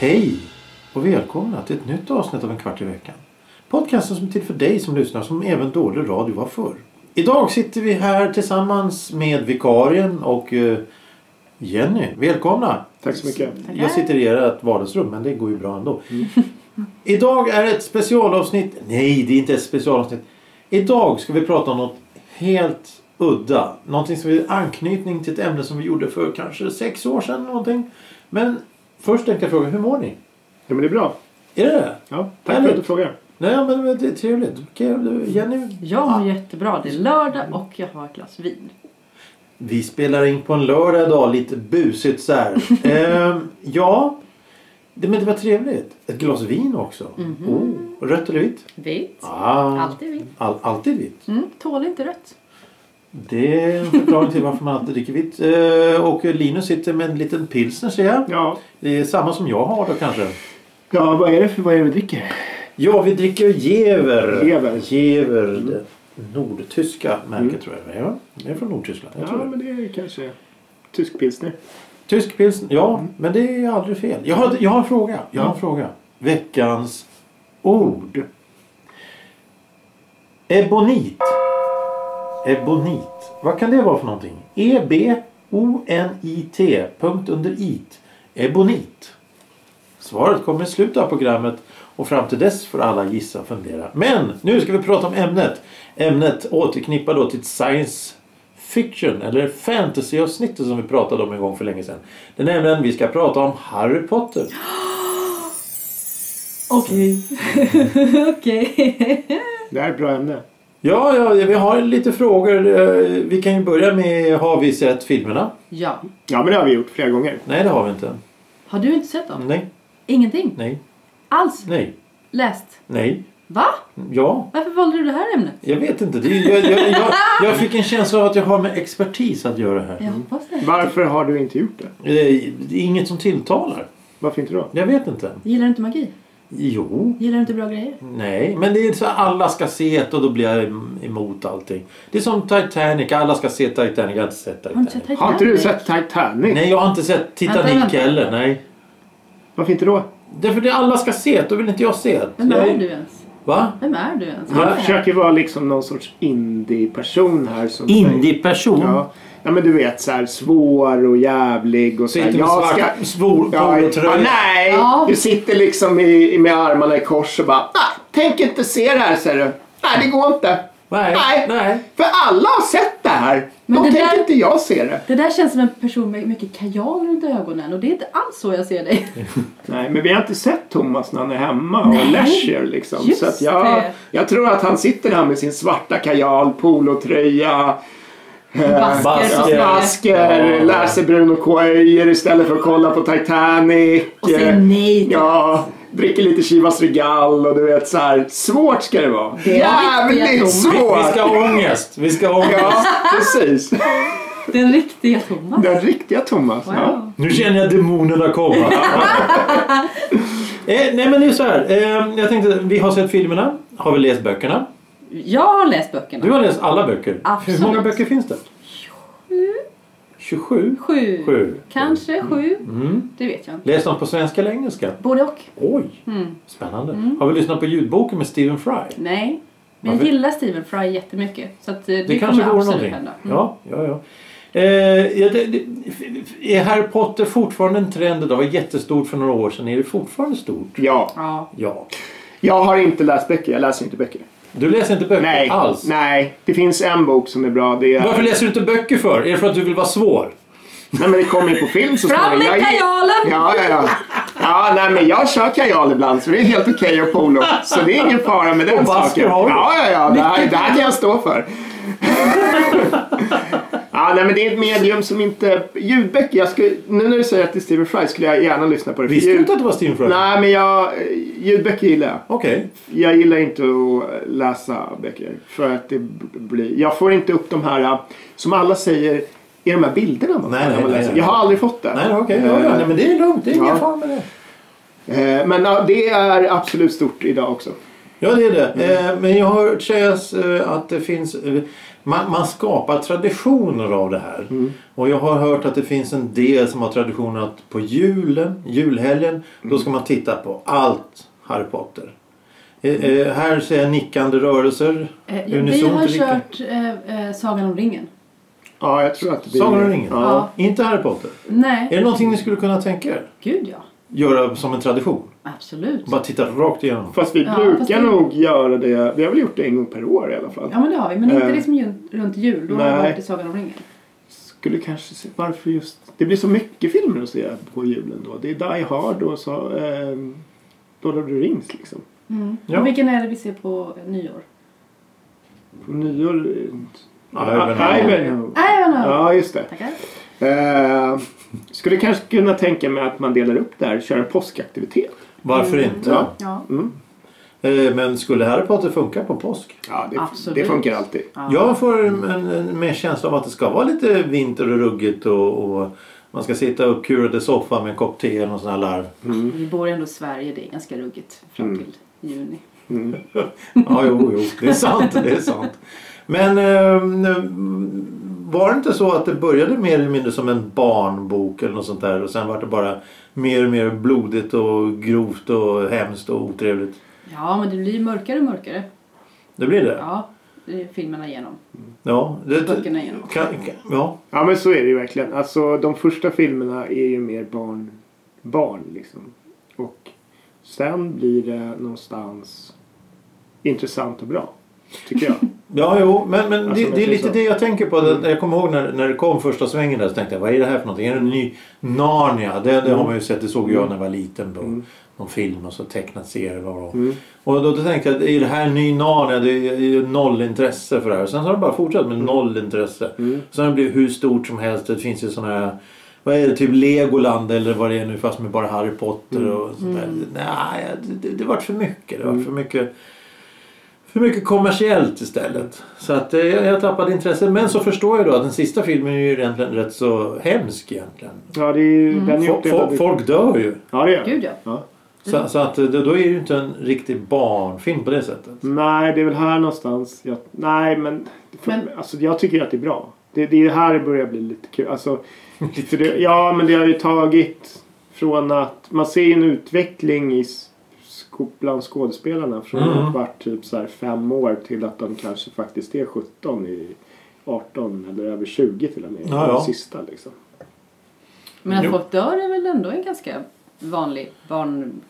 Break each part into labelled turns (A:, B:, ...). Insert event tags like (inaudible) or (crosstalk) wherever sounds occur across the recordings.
A: Hej och välkomna till ett nytt avsnitt av En kvart i veckan. Podcasten som är till för dig som lyssnar som även dålig radio var förr. Idag sitter vi här tillsammans med vikarien och eh, Jenny. Välkomna!
B: Tack så mycket.
A: Jag sitter i ert vardagsrum men det går ju bra ändå. (laughs) Idag är ett specialavsnitt. Nej, det är inte ett specialavsnitt. Idag ska vi prata om något helt udda. Någonting som är anknytning till ett ämne som vi gjorde för kanske sex år sedan. Någonting. Men först tänkte jag fråga, hur mår ni?
B: Ja, men det är bra.
A: Är det det?
B: Ja, tack
A: Härligt.
B: för att du frågar.
A: Nej, men det är trevligt. Okej, Jenny?
C: Jag mår jättebra. Det är lördag och jag har ett glas vin.
A: Vi spelar in på en lördag idag, lite busigt så här. ehm, ja, det, men det var trevligt. Ett glas vin också. Oh, rött eller vitt?
C: Vitt.
A: Ah,
C: Alltid vitt.
A: All, alltid vitt.
C: Mm, tål inte rött.
A: Det är en förklaring till varför man alltid dricker vitt. Eh, och Linus sitter med en liten pilsner ser jag.
B: Ja.
A: Det är samma som jag har då kanske.
B: ja, vad är det för vad är det vi dricker?
A: Ja, vi dricker Jever.
B: Jever.
A: Jever. Det nordtyska märket tror jag det är. va? Det är från Nordtyskland. Jag tror
B: Ja,
A: det.
B: men det är kanske tysk pilsner.
A: Tysk pilsner, ja. Men det är aldrig fel. Jag har, jag har en fråga. Jag har en fråga. Veckans ord. Ebonit. Ebonit. Vad kan det vara för någonting? E E-B-O-N-I-T. Punkt under it. Ebonit. Svaret kommer i slutet av programmet och fram till dess får alla gissa och fundera. Men nu ska vi prata om ämnet. Ämnet återknippar då till science fiction eller fantasyavsnittet som vi pratade om en gång för länge sedan. Det är nämligen vi ska prata om Harry Potter.
C: Okej. (laughs) Okej.
B: Det här är ett bra ämne.
A: Ja, ja, vi har lite frågor. Eh, Vi kan ju börja med har vi sett filmerna?
C: Ja.
B: Ja, men det har vi gjort flera gånger.
A: Nej, det har vi inte.
C: Har du inte sett dem?
A: Nej,
C: Ingenting?
A: nej,
C: Alls?
A: nej,
C: Läst?
A: nej.
C: Va?
A: Ja,
C: Varför valde du det här ämnet?
A: jag vet inte. Det, är- jag, jag, jag, jag fick en känsla av att jag har med expertis att göra här.
C: Jag hoppas det.
B: Varför har du inte gjort det?
A: Eh, Det är inget som tilltalar.
B: Varför inte då?
A: Jag vet inte.
C: Gillar du inte magi?
A: Jo,
C: Gillar du inte bra grejer?
A: nej. Men det är så att alla ska se det och då blir jag em- emot allting. Det är som Titanic. Alla ska se Titanic. Jag har inte sett
C: Har du inte sett
A: Titanic.
B: Har inte
C: Titanic?
B: du sett Titanic?
A: Nej, jag har inte sett Titanic
C: Vänta, vänta.
A: heller. Nej.
B: Varför inte då?
A: Därför det alla ska se det. Då vill inte jag se det.
C: Vem
A: jag...
C: är du ens?
A: Va?
C: Vem är du ens?
A: Ja,
B: Jag försöker vara liksom någon sorts indie-person här. Som
A: Indie-person.
B: Ja. ja, men du vet så här svår och jävlig och så här.
A: Sitter med svart ska... svor
B: Ja, ja,
A: polotröja.
B: nej,
C: Ja.
B: du sitter liksom i, i- med armarna i kors och bara "Ah, Tänk inte se det här säger du. Nej, det går inte.
A: Nej,
B: nej.
A: nej.
B: För alla har sett det här.
C: Men
B: Då
C: det
B: tänker
C: där-
B: inte jag se det.
C: Det där känns som en person med mycket kajal runt ögonen och det är inte alls så jag ser dig.
B: Nej, men vi har inte sett Thomas när han är hemma och
C: Nej.
B: leisure liksom.
C: Just
B: så att jag,
C: det.
B: jag tror att han sitter där med sin svarta kajal, polotröja,
C: Basker och
A: basker.
C: sådär.
B: masker,
A: Ja.
B: läser Bruno Coelho istället för att kolla på Titanic.
C: Och säger nej.
B: Ja, dricker lite Chivas Regal och du vet så här. Svårt ska det vara.
C: Det är riktiga
B: Jävligt
C: Thomas.
B: svårt!
A: Vi ska ha ångest. Vi ska ha ångest.
B: Ja, precis.
C: Den riktiga Thomas.
B: Den riktiga Thomas. Ja.
C: Wow.
A: Nu känner jag demonerna
C: (laughs)
A: komma. eh, nej men det är så här. Eh, jag tänkte, vi har sett filmerna. Har vi läst böckerna?
C: Jag har läst böckerna.
A: Du har läst alla böcker.
C: Absolut.
A: Hur många böcker finns det? 27.
C: Mm. Sju.
A: Sju. Mm.
C: Kanske sju. Det vet jag inte.
A: Läst dem på svenska eller engelska?
C: Både och.
A: Oj,
C: Mm.
A: spännande. Har vi lyssnat på ljudboken med Stephen Fry?
C: Nej. Men jag
A: Varför?
C: gillar Stephen Fry jättemycket. Så att eh, det,
A: Det, kanske
C: kommer
A: vore någonting.
C: absolut hända. Mm.
A: Ja, ja, ja. Eh, ja, det, det, är Harry Potter fortfarande en trend idag? Det var jättestort för några år sedan. Är det fortfarande stort?
B: ja.
C: ja.
A: Ja.
B: Jag har inte läst böcker. Jag läser inte böcker.
A: Du läser inte böcker
B: Nej.
A: alls?
B: Nej. Det finns en bok som är bra. Det är...
A: Varför läser du inte böcker för? Är det för att du vill vara svår?
B: Nej, men det kommer ju på film så
C: Fram med
B: Jag-
C: kajalen!
B: Ja, ja, ja. Ja, nej, men jag kör kajal ibland så det är helt okej och polo. Så det är ingen fara med den
A: Och basker
B: saken.
A: har du.
B: Ja, ja, ja. Det här, det här kan jag
A: (laughs)
B: stå för. Ja, nej, men det är ett medium som inte... Ljudböcker, jag skulle, nu när du säger att det är Stephen Fry skulle jag gärna lyssna på det. för
A: Visste du
B: ljud-
A: inte att det var Stephen Fry?
B: Nej, men jag, ljudböcker gillar jag.
A: Okej.
B: Jag gillar inte att läsa böcker. För att det b- blir... Jag får inte upp de här äh, som alla säger i de här bilderna. Man,
A: Nej, nej,
B: när man
A: nej,
B: läser.
A: nej.
B: Jag har aldrig fått det.
A: Nej, okej. ja, ja,
B: Eh,
A: nej, men det är lugnt. Det är
B: ja.
A: ingen fara med det.
B: eh, men ja, det är absolut stort idag också.
A: Ja, det är det.
C: Mm.
A: Eh, men jag har hört sägas eh, att det finns... Eh, man, man skapar traditioner av det här.
C: Mm.
A: Och jag har hört att det finns en del som har traditionen att på julen, julhelgen,
C: Mm.
A: då ska man titta på allt Harry Potter. Eh, eh, här ser jag nickande rörelser.
C: Eh, ja, vi har
A: nicka-
C: kört eh, eh, Sagan om ringen.
B: Ja, jag tror att det blir...
A: Sagan om ringen?
B: Ja.
A: Inte Harry Potter. Är
C: Nej,
A: det någonting ni skulle kunna tänka er?
C: gud ja.
A: Göra som en tradition?
C: Absolut.
A: Bara titta rakt igenom?
B: Fast vi
C: Ja,
B: brukar
C: fast det-
B: nog göra det. Vi har väl gjort det en gång per år i alla fall.
C: Ja men det har vi, men inte
B: Eh.
C: liksom ju- runt jul. Då har vi
B: Nej.
C: varit i Sagan om ringen.
B: Skulle kanske se varför just... Det blir så mycket filmer att se på julen då. Det är Die Hard och så... Eh, då det rings liksom.
C: Mm.
A: Ja.
C: Och vilken är det vi ser på eh, nyår?
B: På nyår... eh,
A: Ivanhoe.
B: Ivanhoe.
C: Ivanhoe!
B: Ja, just det.
C: Tackar.
B: Eh, skulle kanske kunna tänka mig att man delar upp det här och kör en påskaktivitet.
A: Varför inte?
B: Ja.
C: Ja.
B: Mm.
A: Eh, men skulle Harry Potter funka på påsk?
B: Ja, det,
C: Absolut.
B: det funkar alltid.
C: Ja.
A: Jag får en, en, en mer känsla av att det ska vara lite vinter och ruggigt och, och man ska sitta uppkurad i soffan med en kopp te eller någon sån här larv.
C: Vi bor ändå i Sverige, det är ganska ruggigt fram
A: Mm.
C: till juni.
A: Ja, jo, jo, det är sant. Det är sant. Men eh, var det inte så att det började mer eller mindre som en barnbok eller något sånt där och sen var det bara mer och mer blodigt och grovt och hemskt och otrevligt?
C: Ja, men det blir mörkare och mörkare.
A: Det blir det?
C: Ja, det är filmerna igenom.
A: Ja. det,
C: Böckerna igenom.
A: kan, kan, ja.
B: Ja men så är det ju verkligen. Alltså de första filmerna är ju mer barn, barn liksom. Och sen blir det någonstans intressant och bra.
A: (laughs)
B: Tycker jag.
A: Ja, jo, men, men
B: Alltså,
A: det, det är
B: verkligen
A: lite
B: så.
A: det jag tänker på. Det- Jag kommer ihåg när, när det kom första svängen där så tänkte jag, vad är det här för någonting? Är det en ny Narnia? Det, det har man ju sett, det såg jag när jag var liten på någon film och så tecknat serie vad det var. Och då, då tänkte jag, är det här en ny Narnia? Det är ju noll intresse för det här. Sen så har det bara fortsatt med noll intresse. Sen har det blivit hur stort som helst. Det finns ju sådana här vad är det? Typ Legoland eller vad det är nu fast med bara Harry Potter och sånt där. Nej, det, det, det vart för mycket. Det vart för mycket för mycket kommersiellt istället. Så att eh, jag, jag tappade intresset. Men så förstår jag då att den sista filmen är ju egentligen rätt så hemsk egentligen.
B: Ja det är ju den är
A: Folk,
B: uppdelad i-
A: folk, folk dör ju.
B: Ja det är
C: Gud
B: det.
C: ja.
B: ja.
A: Så, så att eh, då då är det ju inte en riktig barnfilm på det sättet.
B: Nej det är väl här någonstans. Jag, nej men, för,
C: Men-
B: Alltså, jag tycker att det är bra. Det, det är här det börjar bli lite kul. Alltså, för det, ja men det har ju tagit från att man ser ju en utveckling i s- sko- bland skådespelarna från
A: Mm.
B: att vart typ så här fem år till att de kanske faktiskt är 17 i 18 eller över 20 till och med.
A: Ja, ja.
B: Den sista liksom.
C: Men att
A: Jo.
C: folk dör är väl ändå en ganska vanlig
A: Men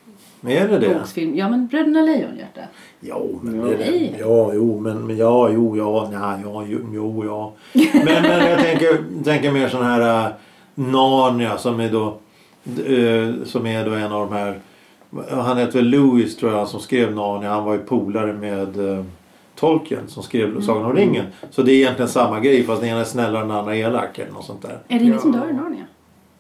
A: är det det?
C: barnboksfilm. Ja, men Bröderna Lejonhjärta.
A: Jo, men det är det.
C: Nej.
A: Ja, jo, men men ja, jo, ja, nej, ja, jo, jo, ja. Men, men jag tänker, tänker mer sån här äh, Narnia som är då eh, som är då en av de här han heter väl Lewis tror jag han som skrev Narnia. Han var ju polare med eh, Tolkien som skrev Sagan om ringen. Så det är egentligen samma grej fast den ena är snällare och den andra är elak eller något sånt där.
C: Är det ingen som
B: Ja.
C: dör i Narnia?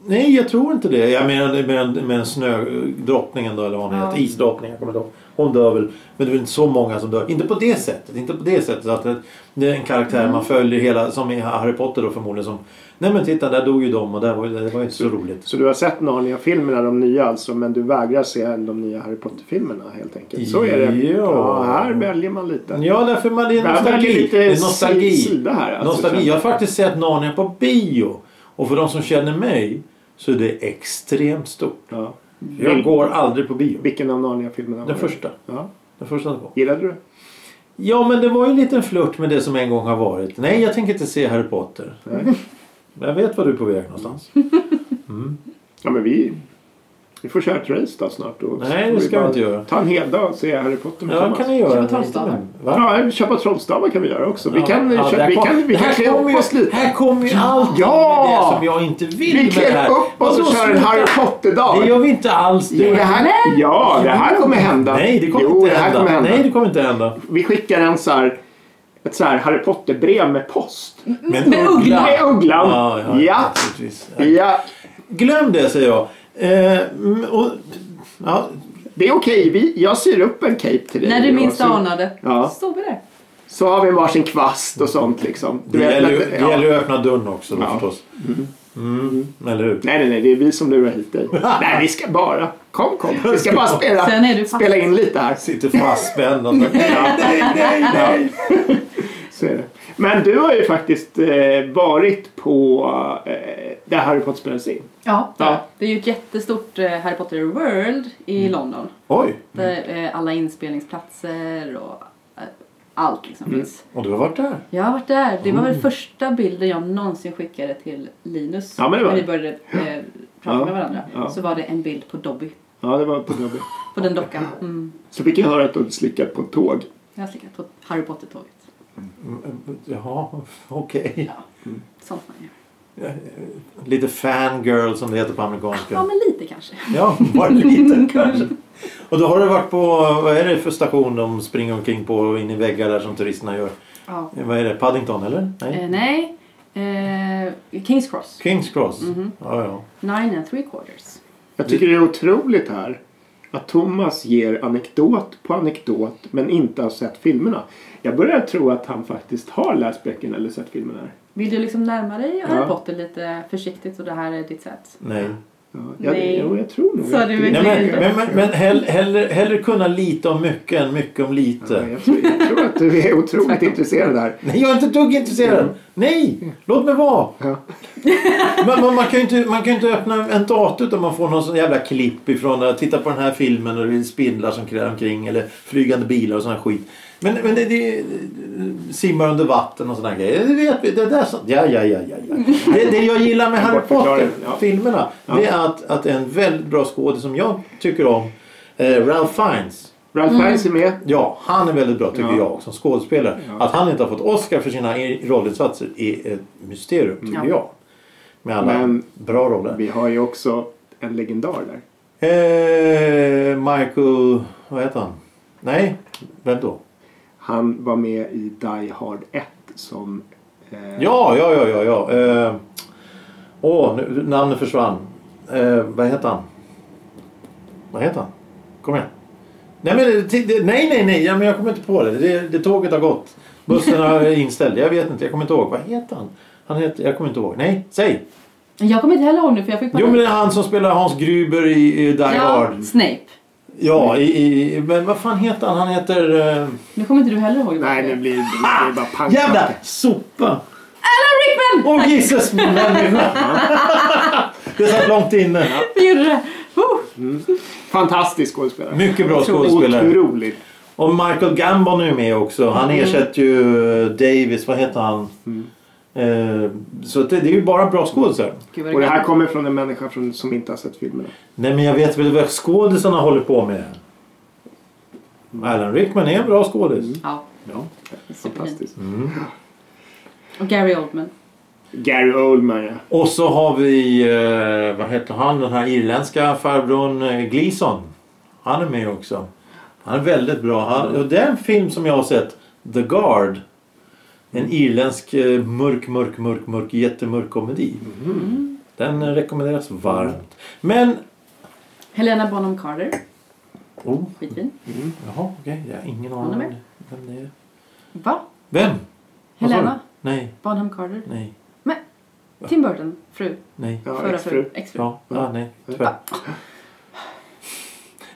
A: Nej, jag tror inte det. Jag menar med, med snödrottningen då, eller vad hon
C: Ja.
A: heter. Isdrottningen, jag kommer inte ihåg. Hon dör väl. Men det är väl inte så många som dör. Inte på det sättet. Inte på det sättet så att det, det är en karaktär
B: Mm.
A: man följer hela, som i Harry Potter då förmodligen som Nej men titta, där dog ju de och där var, ju- det var ju inte så roligt.
B: Så du har sett Narnia-filmerna, de nya alltså, men du vägrar se de nya Harry Potter-filmerna helt enkelt. Så är det.
A: Ja.
B: Ja, här väljer man lite.
A: Ja, därför man det är
B: Där väljer
A: nostalgi.
B: lite
A: Det är nostalgi.
B: si- sida här, alltså,
A: nostalgi.
B: känns
A: Jag har faktiskt sett Narnia på bio. Och för de som känner mig så är det extremt stort.
B: Ja.
A: Jag går aldrig på bio.
B: Vilken av Narnia-filmerna var
A: Den
B: det?
A: första.
B: Ja.
A: Den första jag var.
B: Gillade du?
A: Ja, men det var ju en liten flört med det som en gång har varit. Nej, jag tänker inte se Harry Potter.
B: Nej.
A: Jag vet var du är på väg någonstans.
B: (laughs)
A: Mm.
B: Ja, men vi... Vi får köra ett race då snart. Och
A: Nej, det
B: får
A: ska vi
B: bara
A: inte göra.
B: Ta en hel dag och se Harry Potter med
A: Ja, det
B: Thomas.
A: kan ni göra.
C: Köpa trollstavar.
A: Va?
B: Ja, köpa trollstavar kan vi göra också. Vi
A: Ja,
B: kan...
A: ja,
B: köpa,
A: där
B: vi
A: kom-
B: kan, vi
A: det här
B: kan klä upp
A: kommer ju-
B: oss lite.
A: Här kommer ju allt
B: Ja!
A: med det som jag inte vill
B: Vi
A: med det
B: klär
A: här.
B: upp oss
A: Vadå,
B: och kör en
A: sluta?
B: Harry
A: Det
B: Potter-dag.
A: gör vi inte alls det.
B: Jo, det här, ja, det här kommer hända.
A: Nej, det kommer
B: jo,
A: inte
B: det här
A: hända.
B: kommer hända.
A: Nej, det kommer inte hända.
B: Vi skickar en så här, ett så här Harry Potter-brev med post.
A: Men
C: Med Uggla.
B: Med Ugglan.
A: Ja, ja,
B: Ja.
A: naturligtvis.
B: Ja,
A: Glöm det, säger jag. Eh, mm, och, ja,
B: det är okej. Vi, jag syr upp en cape till dig.
C: När du
B: Ja,
C: minst
B: så-
C: anade.
B: Ja.
C: Så står vi där.
B: Så har vi varsin kvast och sånt liksom.
A: Det
B: Du vet,
A: gäller ju
B: men-
A: det
B: ja.
A: gäller ju att öppna dörren också då
B: Ja.
A: förstås. Mm. Eller hur?
B: Nej, nej, nej. Det är vi som lurar
A: (laughs)
B: hit dig. nej, vi ska bara... Kom, kom. Vi ska bara spela,
C: Sen är du fast.
B: spela in lite här.
A: Sitter fastspänd. och-
B: Så är det. Men du har ju faktiskt eh, varit på eh, där Harry Potter spelades in.
C: Ja,
B: Ja. Mm.
C: det är ju ett jättestort eh, Harry Potter World i London.
A: Oj!
C: Där eh, alla inspelningsplatser och eh, allt liksom
B: Mm.
C: finns.
A: Och du har varit där?
C: Jag har varit där. Det var väl första bilden jag någonsin skickade till Linus.
B: Ja, men det var
C: när vi
B: det.
C: började eh, prata
B: Ja.
C: med varandra.
B: Ja.
C: Så var det en bild på Dobby.
B: Ja, det var på Dobby.
C: På den dockan. Mm.
B: Så fick jag höra att du hade slickat på ett tåg.
C: Jag har slickat på Harry Potter-tåget.
A: Jaha, okej.
C: Sånt man gör.
A: Lite fangirl som det heter på amerikanska.
C: Ja, men lite kanske.
A: Ja, bara lite.
C: Kanske.
A: Och då har du varit på, vad är det för station de springer omkring på och in i väggar där som turisterna gör?
C: Ja.
A: Vad är det, Paddington eller? Nej.
C: Eh, nej. Eh, Kings Cross.
A: Kings Cross. Ja, ja.
C: Nine and three quarters.
B: Jag tycker det är otroligt här att Thomas ger anekdot på anekdot men inte har sett filmerna. Jag börjar tro att han faktiskt har läst böckerna eller sett filmerna. här.
C: Vill du liksom närma dig Harry
B: Ja.
C: Potter lite försiktigt och det här är ditt sätt?
A: Nej.
B: Ja, jag,
C: Nej.
B: Jo, jag tror nog
C: Så
B: att
C: du
B: det-
C: vill-
A: Nej men, men, men, men hell, hellre, hellre kunna lite om mycket än mycket om
B: Ja,
A: lite.
B: jag, tror, jag tror att du är otroligt intresserad här.
A: Nej, jag är inte ett dugg intresserad. Nej, låt mig vara.
B: Ja.
A: (laughs) Man, man, man kan ju inte, man kan ju inte öppna en dator utan man får någon sån jävla klipp ifrån eh, titta på den här filmen och det är spindlar som krälar omkring eller flygande bilar och sån här skit. Men, men det, det eh, simmar under vatten och sådana grejer. Det vet vi. Det där så, ja, ja, ja, ja, ja. Det, det jag gillar med Harry
B: Bortförklaringen,
A: Potter,
B: ja.
A: filmerna, det är att, att en väldigt bra skådespelare som jag tycker om, eh, Ralph Fiennes.
B: Ralph
C: Mm.
B: Fiennes är med.
A: Ja, han är väldigt bra tycker
B: Ja.
A: jag som skådespelare.
B: Ja.
A: Att han inte har fått Oscar för sina i- rollinsatser är ett mysterium tycker
C: Ja.
A: jag. Med alla
B: Men-
A: bra roller.
B: Vi har ju också en legendar där.
A: Eh, Michael... Vad heter han? Nej, vem då?
B: Han var med i Die Hard 1 som... Eh,
A: Ja, ja, ja, ja. ja. Eh, åh, nu, namnet försvann. Eh, vad heter han? Vad heter han? Kom igen. Nej, men, det- det- nej, nej, nej. Ja, men jag kommer inte på det. det. Det tåget har gått. Bussen har (laughs) inställd. Jag vet inte. Jag kommer inte ihåg. Vad heter han? han heter, jag kommer inte ihåg. Nej, säg.
C: Jag kommer inte heller ihåg nu för jag fick
A: Jo, men det är han som spelar Hans Gruber i, i Die Hard.
C: Ja, Snape.
A: Ja, i, i, men vad fan heter han? Han heter... Eh,
C: Nu kommer inte du heller ihåg
B: Nej, nu
C: det.
B: blir det blir bara pang.
A: jävla sopa!
C: Alan Rickman!
A: Åh, Jesus min människa! Det satt långt inne.
C: Vi gjorde det! Oh!
B: Fantastisk skådespelare.
A: Mycket bra skådespelare.
B: Otroligt.
A: Och Michael Gambon är ju med också. Han ersätter ju eh, Davis, vad heter han? Eh, så att det, det är ju bara bra skådisar.
C: Gud, vad
B: Och det här
C: gammalt.
B: kommer från en människa från, som inte har sett filmerna.
A: Nej men jag vet väl vad skådisarna håller på med. Alan Rickman är en bra skådis.
C: Ja,
B: Ja.
C: superfint.
B: Fantastiskt.
C: Och Gary Oldman.
B: Gary Oldman, ja.
A: Och så har vi, eh, vad heter han, den här irländska farbrorn eh, Gleason. Han är med också. Han är väldigt bra. Han, och det är en film som jag har sett, The Guard. En irländsk eh, mörk, mörk, mörk, mörk, jättemörk komedi. Den eh, rekommenderas varmt. Men...
C: Helena Bonham Carter.
A: Oh,
C: Skitfin.
A: jaha, okej. Jag har ingen aning
C: Hon är
A: om
C: med.
A: vem det är.
C: Va?
A: Vem? Vad sa
C: Helena?
A: du? Nej,
C: Bonham Carter.
A: nej,
C: Men Tim Burton. Fru.
A: nej.
B: ja
C: Förra
B: exfru.
C: fru. Exfru.
A: Ja, ja nej. Tyvärr.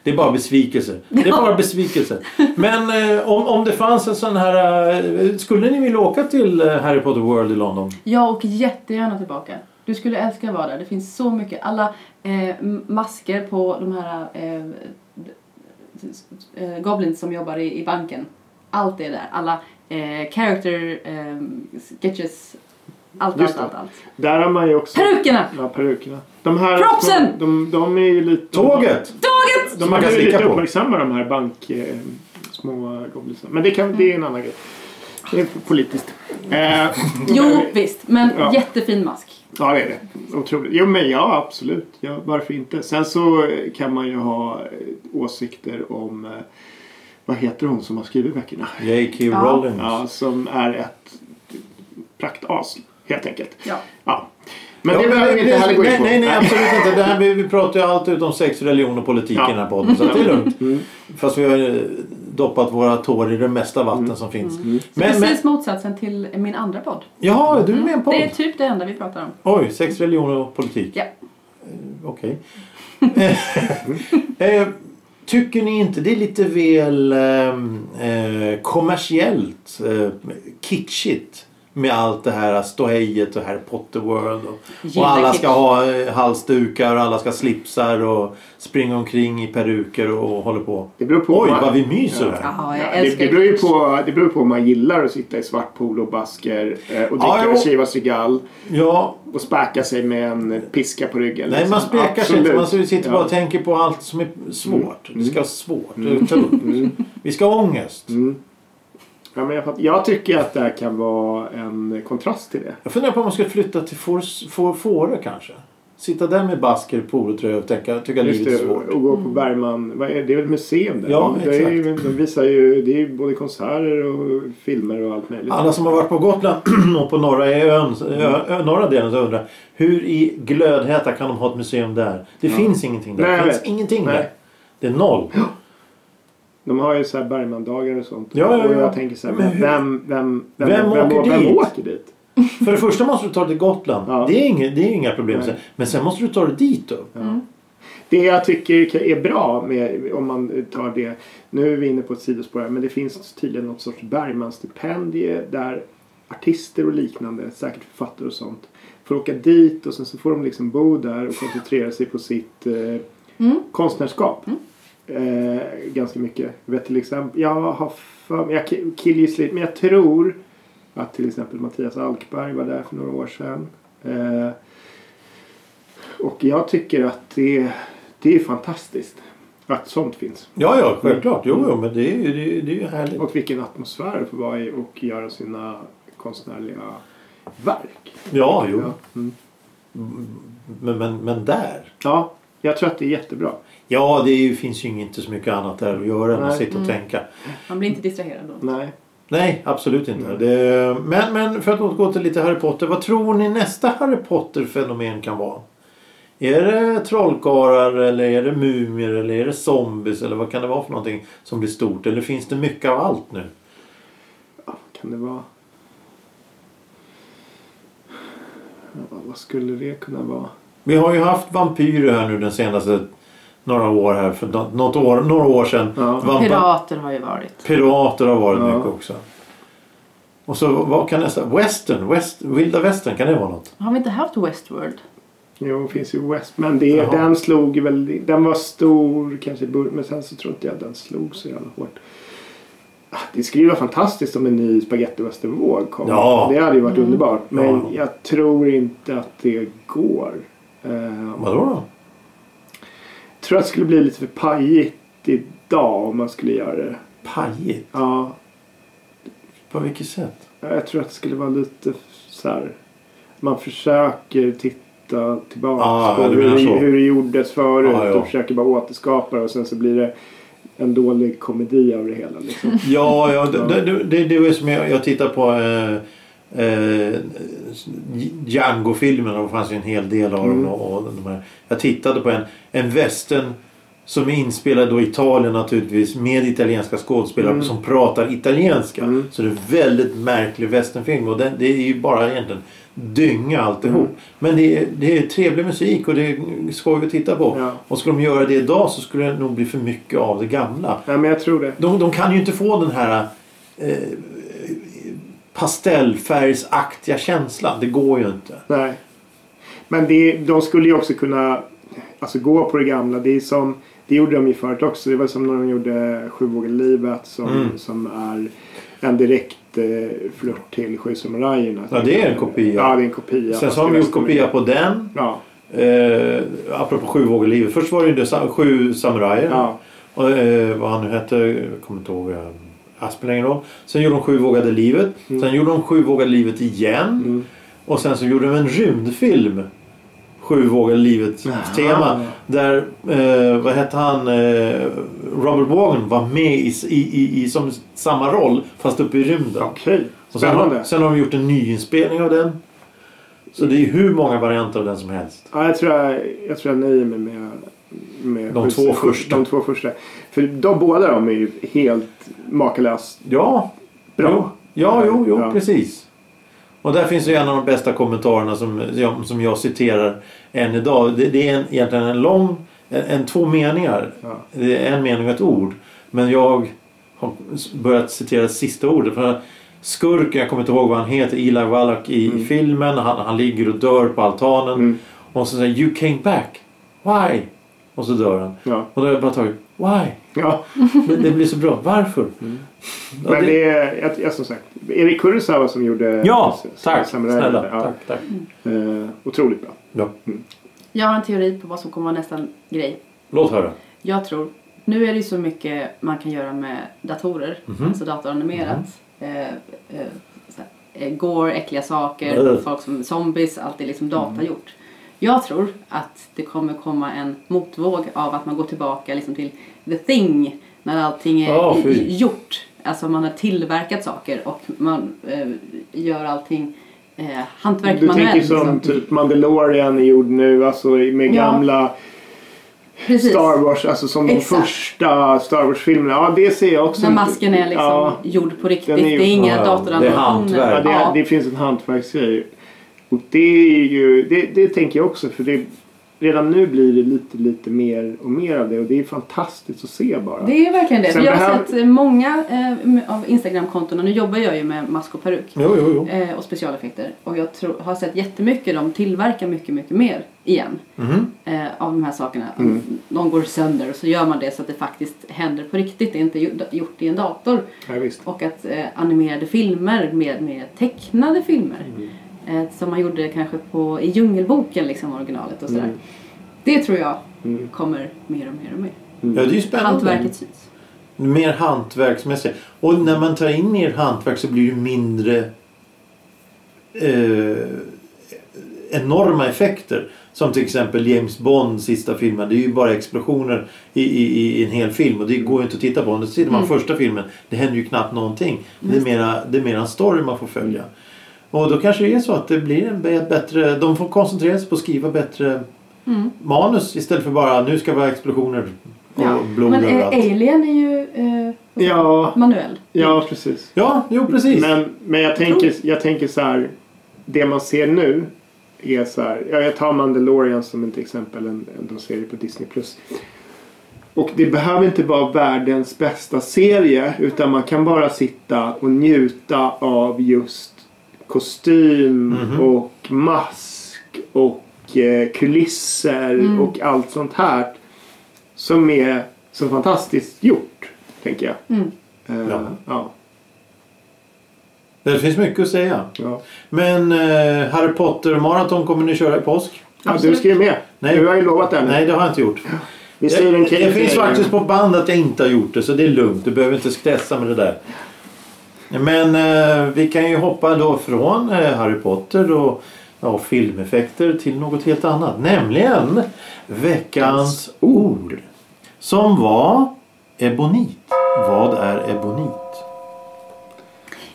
A: Det är bara besvikelse. Det är bara besvikelse. Men eh, om, om det fanns en sån här... Eh, skulle ni vilja åka till eh, Harry Potter World i London?
C: Jag åker jättegärna tillbaka. Du skulle älska att vara där. Det finns så mycket. Alla eh, m- masker på de här eh, d- eh, goblins som jobbar i, i banken. Allt är där. Alla eh, character eh, sketches. Allt,
B: Just
C: allt,
B: det.
C: allt, allt.
B: Där har man ju också...
C: Perukerna!
B: Ja, perukerna. De här...
C: Propsen!
B: De, de är ju lite...
A: Tåget!
C: Tåget!
B: De
A: man
B: har
A: kan
B: ju lite
A: slicka på.
B: uppmärksamma de här bank... Eh, små goblinsarna. Men det, kan, det är en annan grej. Det är politiskt. Eh,
C: Jo, visst. Men
B: Ja.
C: jättefin mask.
B: Ja, det är det. Otroligt. Jo, men ja, absolut. Ja, varför inte? Sen så eh, kan man ju ha eh, åsikter om... eh, Vad heter hon som har skrivit böckerna?
A: J.K.
C: Ja.
A: Rowling.
B: Ja, som är ett praktas, helt enkelt.
C: Ja.
B: Ja. Men
A: Ja,
B: det behöver vi inte heller gå in
A: nej,
B: på.
A: nej, nej, absolut inte. Det här, vi, vi pratar ju allt utom sex, religion och politik
B: Ja. Mm.
A: i den här podden. Så att det är lugnt. Fast vi har, eh, doppat våra tår i det mesta vatten
B: Mm.
A: som finns. Men, men,
C: Precis motsatsen till min andra podd.
A: jaha, du är med i en
C: Det är
A: podd?
C: typ det enda vi pratar om.
A: Oj, sex, religion och politik.
C: Ja.
A: Okej. eh, tycker ni inte det är lite väl ehm, eh, kommersiellt, eh, kitschigt med allt det här ståhejet och Harry Potter World och,
C: Gillar
A: och alla ska
C: kitsch.
A: ha eh, halsdukar och alla ska ha slipsar och springa omkring i peruker och håller på.
B: Det beror på
A: Oj,
B: man-
A: vad vi myser här.
C: Jaha, jag
B: Ja, det,
C: älskar
B: det, beror ju på, det beror på om man gillar att sitta i svart polo och basker eh, och
A: Ja,
B: dricka
A: jo.
B: en Chivas Regal
A: Ja,
B: och späka sig med en piska på ryggen. liksom.
A: nej man spekar sig inte.
B: Absolut.
A: Man sitter bara
B: Ja. Mm.
A: och tänker på allt som är svårt. Det ska vara svårt. Det ska vara tungt. Vi ska ha ångest.
B: Ja, men jag, fatt- jag tycker att det här kan vara en kontrast till det.
A: Jag funderar på om man skulle flytta till Fors- Få- Fårö kanske. Sitta där med basker, polotröja och tänka, tycka
B: Just
A: livet är
B: det, och,
A: svårt.
B: och gå på Bergman. vad är- Det är väl ett museum där?
A: Ja,
B: det är, ju- de visar ju det är ju både konserter och filmer och allt möjligt.
A: Alla som har varit på Gotland (clears throat) och på norra, ön, ö,
B: Mm.
A: ö, norra delen så undrar hur i glödheta kan de ha ett museum där? Det finns ingenting där.
B: Nej,
A: det
B: jag
A: finns
B: vet.
A: ingenting
B: Nej.
A: där. Det är noll.
B: De har ju så här Bergmandagar och sånt.
A: Ja, ja,
B: Och
A: ja.
B: jag tänker så här,
A: Men hur-
B: vem, vem, vem,
A: Vem åker
B: vem,
A: dit?
B: åker dit?
A: För det första måste du ta dig till Gotland.
B: Ja.
A: Det, är inga, det är inga problem.
B: Nej.
A: Men sen måste du ta dig dit upp.
B: Det jag tycker är bra med, om man tar det, nu är vi inne på ett sidospår här, men det finns tydligen något sorts Bergmanstipendie där artister och liknande, säkert författare och sånt, får åka dit och sen så får de liksom bo där och koncentrera sig på sitt eh,
C: Mm.
B: konstnärskap. Eh, ganska mycket. Jag vet till exempel, jag har för mig, jag ki- killgissar lite, men jag tror att till exempel Mattias Alkberg var där för några år sedan. Eh, och jag tycker att det, det är fantastiskt att sånt finns.
A: Ja, ja, självklart. Jo, jo, men det är ju det är, det är ju härligt.
B: Och vilken atmosfär att få vara i och göra sina konstnärliga verk.
A: Ja, jo.
B: Ja, mm.
A: Men, men, men där.
B: ja jag tror att det är jättebra.
A: Ja, det är ju, finns ju inte så mycket annat där att göra än att
B: Nej. Mm.
A: sitta och tänka.
C: Man blir inte distraherad då.
B: Nej.
A: Nej, absolut inte.
B: Mm.
A: Det, men, men för att återgå till lite Harry Potter. Vad tror ni nästa Harry Potter-fenomen kan vara? Är det trollkarlar eller är det mumier eller är det zombies eller vad kan det vara för någonting som blir stort? Eller finns det mycket av allt nu?
B: Ja, vad kan det vara? Ja, vad skulle det kunna vara?
A: Vi har ju haft vampyrer här nu den senaste några år här. För nå- något år, några år sedan.
B: Ja.
A: Vampa-
C: Pirater har ju varit.
A: Pirater har varit
B: Ja.
A: mycket också. Och så vad kan nästa? Western? West, vilda västern, kan det vara något?
C: Har vi inte haft Westworld?
B: Jo, det finns ju West. Men det,
A: Jaha.
B: den slog ju väl... Den var stor kanske i början. Men sen så tror inte jag den slog så jävla hårt. Ah, Det skulle ju vara fantastiskt om en ny Spaghetti Western-våg kom.
A: Ja.
B: Det hade ju varit underbart. Men
A: Ja.
B: jag tror inte att det går. Eh,
A: Vadå då?
B: jag tror att det skulle bli lite för pajigt idag om man skulle göra det.
A: Pajigt?
B: Ja,
A: På vilket sätt?
B: Ja, Jag tror att det skulle vara lite så här. Man försöker titta tillbaka
A: Ah,
B: på
A: ja, du menar så.
B: hur, hur det gjordes förut
A: Ah, ja.
B: och försöker bara återskapa det och sen så blir det en dålig komedi av det hela.
A: (laughs)
B: Liksom.
A: Oh. Ja, ja det, det, det, det var som jag, jag tittar på eh, eh, Django-filmen och det fanns ju en hel del av dem.
B: Mm.
A: Och, och de här. Jag tittade på en, en western som är inspelad då i Italien naturligtvis med italienska skådespelare
B: Mm.
A: som pratar italienska.
B: Mm.
A: Så det är en väldigt märklig westernfilm och den, det är ju bara egentligen dynga alltihop.
B: Mm.
A: Men det är, det är trevlig musik och det är skoj att titta på.
B: Ja.
A: Och skulle de göra det idag så skulle det nog bli för mycket av det gamla.
B: Nej, men jag tror det.
A: De, de kan ju inte få den här eh, pastellfärgsaktiga känslan. Det går ju inte.
B: Nej. Men det, de skulle ju också kunna alltså, gå på det gamla. Det, är som, det gjorde de ju förut också. Det var som när de gjorde Sju vågor livet som,
A: Mm.
B: som är en direkt eh, flört till Sju samurajerna.
A: Ja, det är en kopia.
B: Ja, det är en kopia.
A: Sen så har de gjort kopia på den.
B: Ja,
A: Eh, apropå sju vågor livet. Först var det ju det, sa- sju samurajer.
B: ja.
A: Och, eh, vad han nu hette, jag kommer inte ihåg. eh, ah, Spelar ingen roll. Sen gjorde de Sju vågade livet.
B: Mm.
A: Sen gjorde de Sju vågade livet igen.
B: Mm.
A: Och sen så gjorde de en rymdfilm. Sju vågade livet-tema.
B: Jaha.
A: Där, eh, vad hette han, eh, Robert Wagen var med i, i, i, i som samma roll fast uppe i rymden.
B: Okej,
A: Och sen, har,
B: spännande.
A: sen har de gjort en nyinspelning av den. Så det är hur många varianter av den som helst.
B: Ja, jag, tror jag, jag tror jag nöjer mig med, Med
A: De två första.
B: De två första. För de båda de är ju helt makalöst
A: Ja,
B: bra.
A: Jo. Ja, jo, jo
B: Ja.
A: precis. Och där finns ju en av de bästa kommentarerna som, som jag citerar än idag. Det, det är en, egentligen en lång, en, en två meningar.
B: Ja.
A: Det är en mening och ett ord. Men jag har s- börjat citera sista ordet. För skurken, jag kommer inte ihåg vad han heter, Eli Wallach i i filmen. Han, han ligger och dör på altanen.
B: Mm.
A: Och så säger han, You came back. Why? Och så dör han.
B: Ja.
A: Och då har jag bara tagit Why?
B: ja.
A: Det, det blir så bra. Varför? Ja,
B: Mm. Men
A: det-
B: det är, jag, jag, som sagt, Erik Kurosawa som gjorde
A: Ja,
B: s- s-
A: tack
B: Samurai.
A: snälla.
B: Ja.
A: Tack, tack.
B: Eh, otroligt bra.
A: Ja.
C: Jag har en teori på vad som kommer vara nästa grej.
A: Låt höra.
C: Jag tror, nu är det ju så mycket man kan göra med datorer,
A: Mhm.
C: alltså datoranimerat.
B: Mhm.
C: Eh, eh, så här, eh, Gore, äckliga saker,
B: Äh.
A: Ugh.
C: folk som zombies, allt är
B: Mm.
C: liksom datagjort. Jag tror att det kommer komma en motvåg av att man går tillbaka liksom till the thing när allting är
B: Ah,
A: Ja, fy.
C: gjort. Alltså man har tillverkat saker och man eh, gör allting eh, hantverk
B: Du tänker
C: manuellt.
B: som
C: liksom.
B: typ Mandalorian är gjord nu, alltså med
C: Ja.
B: gamla
C: Precis.
B: Star Wars, alltså som de
C: Exakt.
B: första Star Wars-filmerna. Ja, det ser jag också.
C: När
B: inte.
C: masken är liksom
B: Ja,
C: gjord på riktigt.
B: Den är
C: Det
B: ju-
C: är inga
A: Ja,
C: datoranimationer.
A: det är hantverk.
B: ja, det,
C: Ja.
B: det finns en hantverksgrej. Och det är ju, det, det tänker jag också för det, redan nu blir det lite, lite mer och mer av det och det är fantastiskt att se bara.
C: Det är verkligen det.
B: Sen
C: För jag har
B: behöver-
C: sett eh, många eh, av Instagram-kontona. Nu jobbar jag ju med mask och peruk
A: Jo, jo, jo.
C: eh, och specialeffekter. Och jag tror, har sett jättemycket. De tillverkar mycket, mycket mer igen
A: Mhm.
C: eh, av de här sakerna.
B: Mm.
C: De går sönder och så gör man det så att det faktiskt händer på riktigt. Det är inte gjort- gjort i en dator.
B: Ja, visst.
C: Och att eh, animerade filmer med, med tecknade filmer.
B: Mm.
C: Eh, som man gjorde kanske på, i Djungelboken, liksom originalet och sådär.
B: Mm.
C: Det tror jag
B: Mm.
C: kommer mer och mer och mer.
A: Ja, det är ju spännande.
C: Hantverket syns.
A: Mer hantverksmässigt. Och när man tar in mer hantverk så blir det mindre eh, enorma effekter. Som till exempel James Bond sista filmen. Det är ju bara explosioner i, i, i en hel film och det går ju inte att titta på. Om det sitter man
C: Mm.
A: första filmen, det händer ju knappt någonting. Det är, mera, det är mera en story man får följa. Och då kanske det är så att det blir en bet- bättre... De får koncentrera sig på att skriva bättre
C: Mm.
A: manus istället för bara nu ska det vara explosioner och
C: Ja.
A: blod
C: Men eh,
A: överallt.
C: Alien är ju eh,
B: Ja,
C: manuell.
B: ja, precis.
A: Ja, jo precis.
B: Men, men jag, tänker, jag tänker så här. Det man ser nu är så här. Ja, jag tar Mandalorian som ett exempel. En, en de serie på Disney+. Plus. Och det behöver inte vara världens bästa serie. Utan man kan bara sitta och njuta av just kostym
A: Mhm.
B: och mask och eh, kulisser
C: Mm.
B: och allt sånt här. Som är så fantastiskt gjort. Tänker jag.
C: Mm.
B: Eh,
A: Ja.
B: ja,
A: Det finns mycket att säga.
B: ja.
A: Men eh, Harry Potter-maraton kommer ni köra i påsk?
B: Ja, du
C: Absolut.
B: ska ju med.
A: Nej.
B: Du har ju lovat det.
A: Nej, det har jag inte gjort.
B: Vi säger en
A: Det,
B: kille
A: det finns
B: till.
A: faktiskt på band att jag inte har gjort det, så det är lugnt. Du behöver inte stressa med det där. Men eh, vi kan ju hoppa då från eh, Harry Potter och ja, filmeffekter till något helt annat. Nämligen veckans ord. Som var ebonit. Vad är ebonit?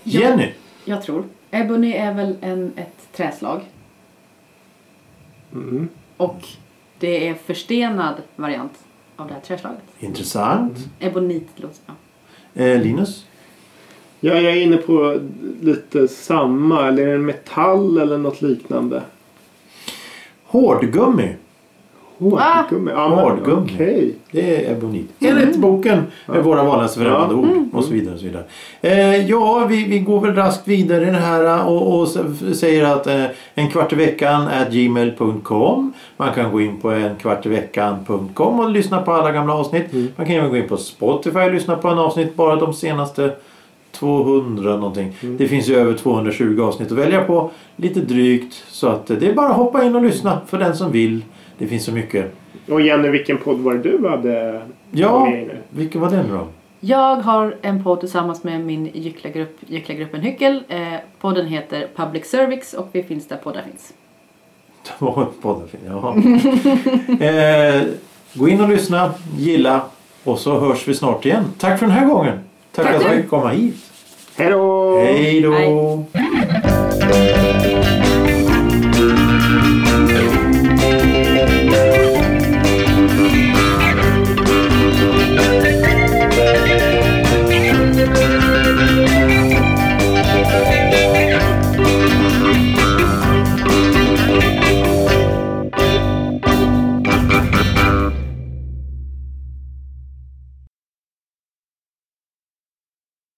C: Ja.
A: Jenny.
C: Jag tror. Ebony är väl en, ett träslag.
B: Mm.
C: Och det är förstenad variant av det här träslaget.
A: Intressant.
C: Ebonit låter ja.
A: Eh, Linus.
B: Ja, jag är inne på lite samma. Eller är det en metall eller något liknande?
A: Hårdgummi.
B: Hårdgummi. Ja, men
A: Hårdgummi.
B: Okej.
A: Det är ebonit. Enligt boken med våra vanligaste främmande ord och så vidare. Och så vidare. Eh, ja, vi, vi går väl raskt vidare i det här eh, och, och s- säger att eh, en kvart i veckan är gmail.com. Man kan gå in på enkvartiveckan.com och lyssna på alla gamla avsnitt. Man kan även gå in på Spotify och lyssna på en avsnitt bara de senaste 200 någonting. Det finns ju över 220 avsnitt att välja på. Lite drygt. Så att eh, det är bara att hoppa in och lyssna för den som vill. Det finns så mycket.
B: Och Jenny, vilken podd var det du hade
A: Ja,
B: med i nu?
A: vilken var den då? (laughs)
C: Jag har en podd tillsammans med min gycklargrupp, gycklargruppen Hyckel. Eh, podden heter Public Service och vi finns där poddar finns.
A: Det var en podd, ja. (laughs) eh, gå in och lyssna, gilla och så hörs vi snart igen. Tack för den här gången. Tack,
C: Tack
A: för att
C: du.
A: du fick komma hit.
B: Hej då!
A: Hej då!
C: Hej.